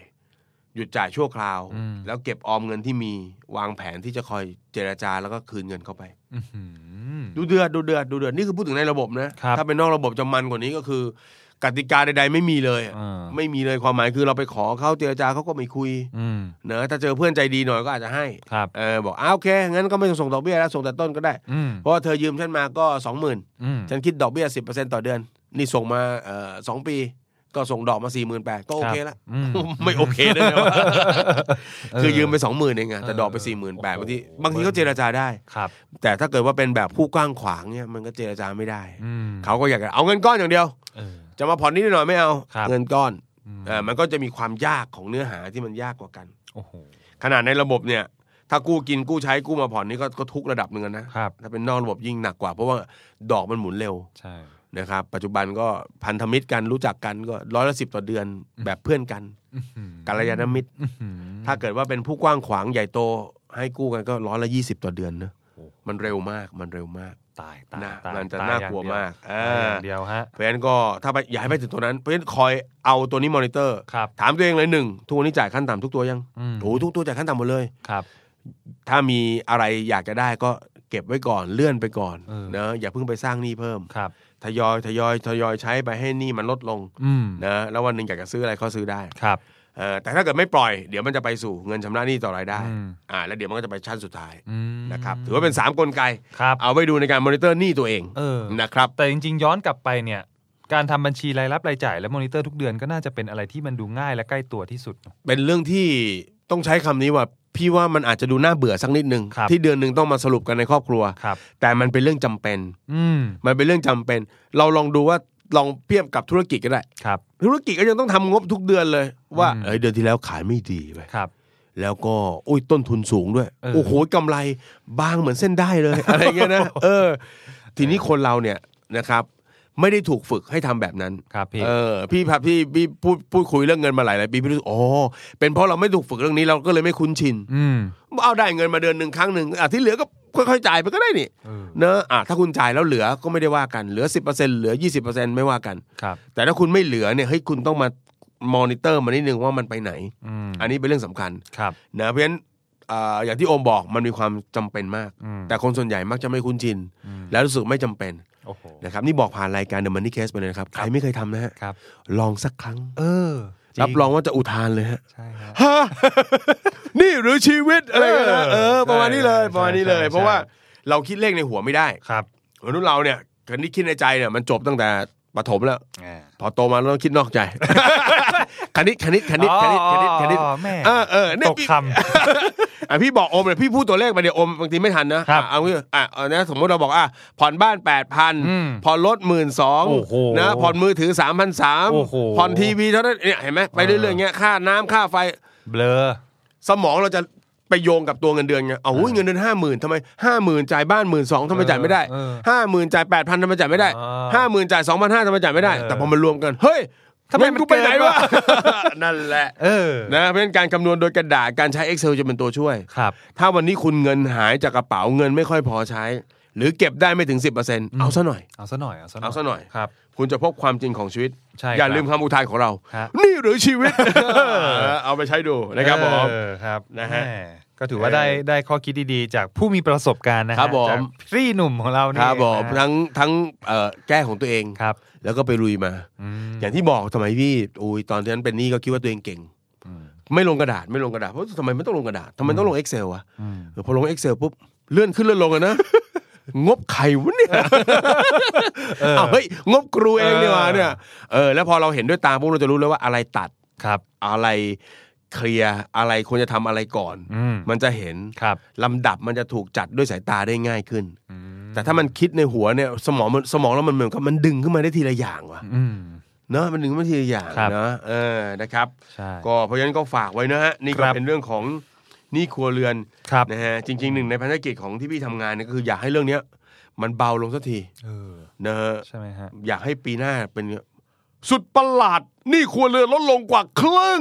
S3: หยุดจ่ายชั่วคราว
S2: อืม
S3: แล้วเก็บออมเงินที่มีวางแผนที่จะคอยเจราจาแล้วก็คืนเงินเข้าไป
S2: อื้อหือ
S3: ดูเดือดดูเดือดดูเดือดนี่คือพูดถึงในระบบนะครับ ถ้าเป็นนอกระบบจะมันกว่านี้ก็คือ กติกาใด ๆ ไม่มีเลยอะ
S2: อ่า
S3: ไม่มีเลยความหมายคือเราไปขอเขาเจรจาเขาก็ไม่คุย
S2: อืม
S3: เนอะถ้าเจอเพื่อนใจดีหน่อยก็อาจจะให้
S2: ครับ
S3: เออบอกอ้าวโอเคงั้นก็ไม่ต้องส่งดอกเบี้ยแล้วส่งแต่ต้นก็ได้
S2: อืม
S3: เพราะว่าเธอยืมฉันมาก็สองหมื่น
S2: อืม
S3: ฉันคิดดอกเบี้ยสิบเปอร์เซ็นต่อเดือน นี่ส่งมาเอ่อสองปี ก็ส่งดอกมาสี่หมื่นแปดก็โอเคละ
S2: อืม
S3: ไม่โอเคด้วยนะวะ
S2: เออ
S3: คือยืมไปสองหมื่นเองอะแต่ดอกไป
S2: เออ
S3: สี่หมื่นแปด
S2: โอ้
S3: บา
S2: โห
S3: งทีบางทีเขาเจรจาได้
S2: ครับ
S3: แต่ถ้าเกิดว่าเป็นแบบผู้กว้างขวางเนี่ยมันก็เจรจาไม่ได้
S2: อืม
S3: เขาก็อยากจะเอาเงินก้อนอย่างเดียว
S2: เออ
S3: จะมาผ่อนนิดหน่อยไม่เอา
S2: ครับ
S3: เงินก้อน
S2: อืม
S3: เออมันก็จะมีความยากของเนื้อหาที่มันยากกว่ากัน
S2: โอ้โห
S3: ขนาดในระบบเนี่ย ถ้ากู้กินกู้ใช้กู้มาผ่อนนี่ก็ก็ทุกระดับหนึ่งนะครับ ถ้าเป็นนอกระบบยิ่งหนักกว่า เพราะว่าดอกมันหมุนเร็ว
S2: ใช่
S3: นะครับ ปัจจุบันก็พันธมิตรกันรู้จักกันก็ร้อยละสิบต่อเดือนแบบเพื่อนกัน
S2: อื้อหือ
S3: กัลยาณมิตร
S2: อื้อหือ
S3: ถ้าเกิดว่าเป็นผู้กว้างขวางใหญ่โต ให้กู้กันก็ร้อยละยี่สิบต่อเดือนนะ
S2: โอ้
S3: มันเร็วมากมันเร็วมาก
S2: ตายตาย
S3: นะ
S2: ตาย
S3: มันจะ
S2: ตย
S3: น่ากลัว
S2: อย่งเดีย
S3: มากเอ
S2: ตายอ
S3: อ
S2: ย่างเดียวฮะ
S3: เพราะฉะนั้นก็ถ้าไปอย่าให้ไปถึงตัวนั้นเพราะฉะนั้นคอยเอาตัวนี้มอนิเตอร์
S2: ครับ
S3: ถามตัวเองเลยหนึ่งทุกวันนี้จ่ายขั้นต่ำทุกตัวยัง
S2: อืม
S3: โอ้โหทุกตัวจ่ายขั้นต่ำหมดเลย
S2: ครับ
S3: ถ้ามีอะไรอยากจะได้ก็เก็บไว้ก่อนเลื่อนไปก่อน
S2: เออ
S3: เนอะอย่าเพิ่งไปสร้างหนี้เพิ่ม
S2: ครับ
S3: ทยอยทยอยทยอยใช้ไปให้หนี้มันลดลง
S2: อืม
S3: นะแล้ววันหนึ่งอยากจะซื้ออะไรก็ซื้อได้
S2: ครับ
S3: เออแต่ถ้าเกิดไม่ปล่อยเดี๋ยวมันจะไปสู่เงินชำระหนี้ต่อรายได้
S2: อืม
S3: อ่าแล้วเดี๋ยวมันก็จะไปชั้นสุดท้าย
S2: อืม
S3: นะครับถือว่าเป็นสามกลไก
S2: ครับ
S3: เอาไว้ดูในการมอนิเตอร์หนี้ตัวเอง
S2: เออ
S3: นะครับ
S2: แต่จริงๆ ย้อนกลับไปเนี่ย การทำบัญชีรายรับรายจ่ายและมอนิเตอร์ทุกเดือนก็น่าจะเป็นอะไรที่มันดูง่ายและใกล้ตัวที่สุด
S3: เป็นเรื่องที่ต้องใช้คำนี้ว่าพี่ว่ามันอาจจะดูน่าเบื่อสักนิดนึง
S2: ครับ
S3: ที่เดือนหนึ่งต้องมาสรุปกันในครอบครัว
S2: ครับ
S3: แต่มันเป็นเรื่องจำเป็น
S2: อืม
S3: มันเป็นเรื่องจำเป็น เราลองดูว่าลองเปรียบกับธุรกิจก็ได้
S2: ครับ
S3: ธุรกิจก็ยังต้องทำงบทุกเดือนเลย ว่า
S2: อืม
S3: เอ้ยเดือนที่แล้วขายไม่ดีไป
S2: ครับ
S3: แล้วก็อุ้ยต้นทุนสูงด้วย
S2: เออ
S3: โอ้โหกำไรบางเหมือนเส้นได้เลย อะไรเงี้ยนะเออ ทีนี้คนเราเนี่ยนะครับ ไม่ได้ถูกฝึกให้ทำแบบนั้น
S2: ครับพี่
S3: เออพี่พับพี่พี่พูดพูดคุยเรื่องเงินมาหลายหลายปีพี่รู้สึกอ๋อเป็นเพราะเราไม่ถูกฝึกเรื่องนี้เราก็เลยไม่คุ้นชิน
S2: อืม
S3: เอาได้เงินมาเดือนหนึ่งครั้งหนึ่งอ่ะที่เหลือก็ค่อยๆจ่ายไปก็ได้นี่
S2: เออ
S3: เนอะอ่ะถ้าคุณจ่ายแล้วเหลือก็ไม่ได้ว่ากันเหลือ 10%เหลือ 20%ไม่ว่ากัน
S2: ครับ
S3: แต่ถ้าคุณไม่เหลือเนี่ยเฮ้ยคุณต้องมามอนิเตอร์มันนิดนึงว่ามันไปไหน
S2: อืม
S3: อันนี้เป็นเรื่องสำคัญ
S2: ครับ
S3: นะเพราะฉะนั้นอ่าอย่างที่โอมบอกมันมีความจำเป็นมาก
S2: อืม
S3: แต่คนส่วนใหญ่มักจะไม่คุ้นชิน
S2: อืม
S3: แล้วรู้สึกไม่จำเป็น
S2: โอ้โห
S3: นะครับนี่บอกผ่านรายการ The Money Case ไปเลยนะครับ
S2: ค
S3: ใครับ รไม่เคยทำนะฮะ
S2: ครับ
S3: ลองสักครั้ง
S2: เออจ
S3: รับรองว่าจะอุทานเลยฮะ
S2: ใช่ครับ
S3: ฮะ นี่หรือชีวิตอะไรกันนะ
S2: เอ
S3: เอ
S2: อ
S3: อ ประมาณนี้เลย
S2: ใช่
S3: ประมาณนี้เลย
S2: ใช่ใช่
S3: เพราะว่าเราคิดเลขในหัวไม่ได้
S2: ครับ
S3: มนุษย์เราเนี่ยคนที่คิดในใจเนี่ยมันจบตั้งแต่ปฐมแล้ว พอโตมาเราต้องคิดนอก ใจ คณิตคณิตคณิตคณิตคณิตคณิต
S2: อ๋อแม่
S3: เออเออเนี่ย
S2: ตก
S3: พี่
S2: ค
S3: อ่ะ พี่บอกโอมเลยพี่พูดตัวเลขมาเดี๋ยวโอมบางทีไม่ทันนะครับอ่ะเอางี้อ่ะเอานะสมมติเราบอกอ่ะผ่อนบ้านแปดพัน
S2: อืม
S3: ผ่อนรถหมื่นสอง
S2: โอ้โห
S3: นะผ่อนมือถือสามพันสาม
S2: โอ้โห
S3: ผ่อนทีวีเท่านั้นเนี่ยเห็นไหมไปเรื่อยๆเงี้ยค่าน้ำค่าไฟ
S2: ำเบลอ
S3: สมองเราจะไปโยงกับตัวเงินเดือนไงเอาหุ้ยเงินเดือนห้าหมื่นทำไมห้าหมื่นจ่ายบ้านหมื่นสองทำไมจ่ายไม่ได้
S2: เออ
S3: ห้าหมื่นจ่ายแปดพันทำไมจ่ายไม่ได้
S2: อ่
S3: ห้าหมื่นจ่ายสองพันห้าทำไมจ่ายไม่ได้
S2: เออ
S3: แต่พอมันรวมกัน เฮ้ย
S2: ทำไมมัน
S3: เงิกูไปไหน
S2: เกินวะ
S3: วะ นั่นแหละ
S2: เออ
S3: นะเพราะฉะนั้นการคำนวณโดยกระดาษการใช้ Excel จะเป็นตัวช่วย
S2: ครับ
S3: ถ้าวันนี้คุณเงินหายจากกระเป๋าเงินไม่ค่อยพอใช้ หรือเก็บได้ไม่ถึง 10%เอาซะหน่อย
S2: เอาซะหน่อยเอาซะหน่อย
S3: เอาซะหน่อย
S2: ครับ
S3: คุณจะพบความจริงของชีวิต
S2: ใช่
S3: อย่า
S2: ครับ
S3: ลืมคำอุทานของเรา
S2: ฮะ
S3: นี่หรือชี วิต เอาไปใช้ดูนะครับผม
S2: เออครับ
S3: นะฮะ
S2: แม่ก็ถือว่า
S3: เออ
S2: ได้ได้ข้อคิดดีๆ จากผู้มีประสบการณ์นะฮะ
S3: ครับผม
S2: จากพี่หนุ่มของเรานี่
S3: ครับผม
S2: นะฮะ
S3: ทั้งทั้งเอ่อแก้ของตัวเอง
S2: ครับ
S3: แล้วก็ไปลุยมา
S2: อืม
S3: อย่างที่บอกสมัยพี่อุ้ยตอนที่นั้นเป็นหนี้ก็คิดว่าตัวเองเก่ง
S2: อืม
S3: ไม่ลงกระดาษไม่ลงกระดาษเพราะทำไมไม่ต้องลงกระดาษทำไมต้องลง Excel วะ
S2: อืม
S3: เออพอลง Excel ปุ๊บเลื่อนขึ้นเลื่อนลง อะนะ งบใครวะเนี่ย เอาเฮ้ยงบครูเองเนี่ยมาเนี่ยเออแล้วพอเราเห็นด้วยตาพวกเราจะรู้เลยว่าอะไรตัด
S2: ครับ
S3: อะไรเคลียร์อะไรควรจะทำอะไรก่อน
S2: อืม
S3: มันจะเห็น
S2: ครับ
S3: ลำดับมันจะถูกจัดด้วยสายตาได้ง่ายขึ้น
S2: อืม
S3: แต่ถ้ามันคิดในหัวเนี่ยสมองมันสมองเรามันเหมือนกับมันดึงขึ้นมาได้ทีละอย่างว่ะ
S2: อืม
S3: เนอะมันดึงขึ้นมาทีละอย่าง
S2: ครับ
S3: เนอะเออนะครับ
S2: ใช่
S3: ก็เพราะฉะนั้นก็ฝากไว้นะฮะนี่
S2: ค
S3: ก็
S2: รับ
S3: เป็นเรื่องของหนี้ครัวเรือน
S2: ครับ
S3: นะฮะจริงๆหนึ่งในภารกิจของที่พี่ทำงานเนี่ยก็คืออยากให้เรื่องเนี้ย มันเบาลงสักที
S2: เออ
S3: นะฮะ
S2: ใช่ไหมฮะ
S3: อยากให้ปีหน้าเป็นสุดประหลาดหนี้ครัวเรือนลดลงกว่าครึ่ง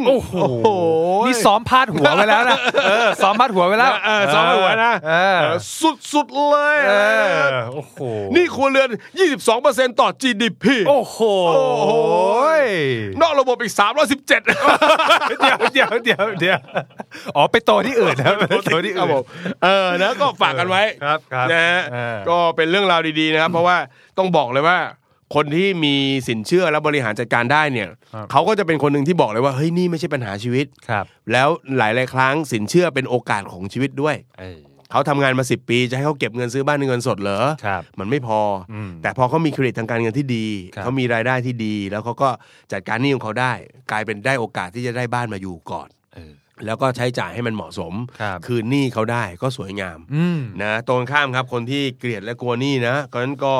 S2: นี่ซ้อมพาดหัวไว้แล้วนะเออซ้อมพาดหัวไว้แล้ว
S3: เออสองหัวนะ
S2: เออ
S3: เออสุดๆเลย
S2: เออโอ้โห
S3: หนี่ครัวเรือน 22%ต่อ GDP
S2: โอ้โห
S3: โอ้โห นอกระบบอีก 317เ
S2: เดี๋ยวเดี๋ยวเดี๋ยวเดี๋ยวอ๋อไปโตที่อื่นนะไปโตที่
S3: ครั
S2: อื่
S3: บ
S2: น
S3: ผมเออนะก็ฝากกันไว้
S2: ครับครับ
S3: นะฮะ
S2: เออ
S3: ก็เป็นเรื่องราวดีๆนะครับ เพราะว่าต้องบอกเลยว่า คนที่มีสินเชื่อและบริหารจัดการได้เนี่ย
S2: ครับ
S3: เขาก็จะเป็นคนหนึ่งที่บอกเลยว่าเฮ้ยนี่ไม่ใช่ปัญหาชีวิต
S2: ครับ
S3: แล้วหลายๆครั้งสินเชื่อเป็นโอกาสของชีวิตด้วย
S2: เอ้ย
S3: เขาทำงานมา 10 ปีจะให้เขาเก็บเงินซื้อบ้านในเงินสดเหรอ
S2: ครับ
S3: มันไม่พออ
S2: ม
S3: แต่พอเขามีเครดิตทางการเงินที่ดี
S2: ครับ
S3: เขามีรายได้ที่ดี แล้วเขาก็จัดการหนี้ของเขาได้ กลายเป็นได้โอกาสที่จะได้บ้านมาอยู่ก่อน แล้วก็ใช้จ่ายให้มันเหมาะสม
S2: ครับ
S3: นหนี้เขาได้ก็สวยงาม
S2: อืม
S3: นะตรงข้ามครับคนที่เกลียดและกลัวหนี้นะก็นั้นก็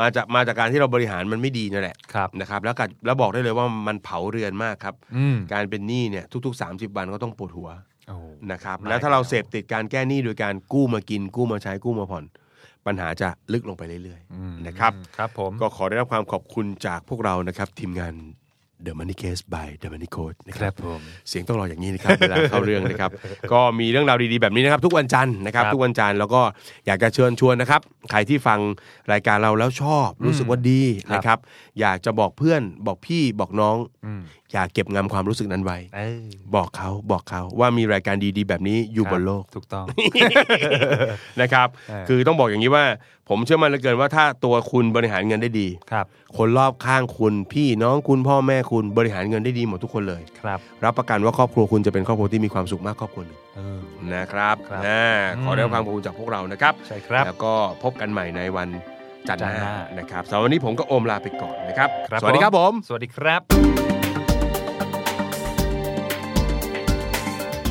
S3: มาจากมาจากการที่เราบริหารมันไม่ดีนั่นแหละ
S2: ครับ
S3: นะครับแล้วกัดแล้วบอกได้เลยว่ามันเผาเรือนมากครับ
S2: อืม
S3: การเป็นหนี้เนี่ยทุก ๆ 30 วันก็ต้องปวดหัว
S2: โอ้โห
S3: นะครับ
S2: หลาย
S3: แล้วถ้าเราเสพติดการแก้หนี้โดยการกู้มากิน กู้มาใช้กู้มาผ่อน ปัญหาจะลึกลงไปเรื่อย
S2: อืม
S3: ๆนะครับ
S2: ครับผม
S3: ก็ขอได้รับความขอบคุณจากพวกเรานะครับทีมงาน The Money Case by The Money Code นะค
S2: ครับ รับผม
S3: เสียงต้องรออย่างนี้นะครับ เวลาเข้าเรื่องนะครับ ก็มีเรื่องราวดีๆแบบนี้นะครับ ทุกวันจันทร์นะครับ
S2: ครับ
S3: ทุกวันจันทร์แล้วก็อยากจะเชิญชวนนะครับใครที่ฟังรายการเราแล้วชอบ รู้สึกว่าดี
S2: ครับ
S3: นะครับ อยากจะบอกเพื่อนบอกพี่บอกน้อง
S2: อืม
S3: อย่าเก็บงำความรู้สึกนั้นไว้
S2: เอ้ย
S3: บอกเขาบอกเขาว่ามีรายการดีๆ แบบนี้อยู่บนโล ก
S2: ถูกต้อง
S3: นะครับ
S2: เออ
S3: คือต้องบอกอย่างนี้ว่า ผมเชื่อมันเหลือเกินว่าถ้าตัวคุณบริหารเงินได้ดี
S2: ครับ
S3: คนรอบข้างคุณพี่น้องคุณพ่อแม่คุณบริหารเงินได้ดีหมดทุกคนเลย
S2: ครับ
S3: รับประกันว่าครอบครัวคุณจะเป็นครอบครัวที่มีความสุขมากครอบครัวหนึ่ง
S2: เออ
S3: นะครับ
S2: ครับ
S3: นะ
S2: อืม
S3: ขอได้รับความขอบคุณจากพวกเรานะครับ
S2: ใช่ครับ
S3: แล้วก็พบกันใหม่ในวันจันทร์ห
S2: จันทร์ห
S3: น้า
S2: น้า
S3: นะครับสำหรับวันนี้ผมก็โอมลาไปก่อนนะครับ
S2: ครับ
S3: สวัสดีครับผม
S2: สวัสดีครับ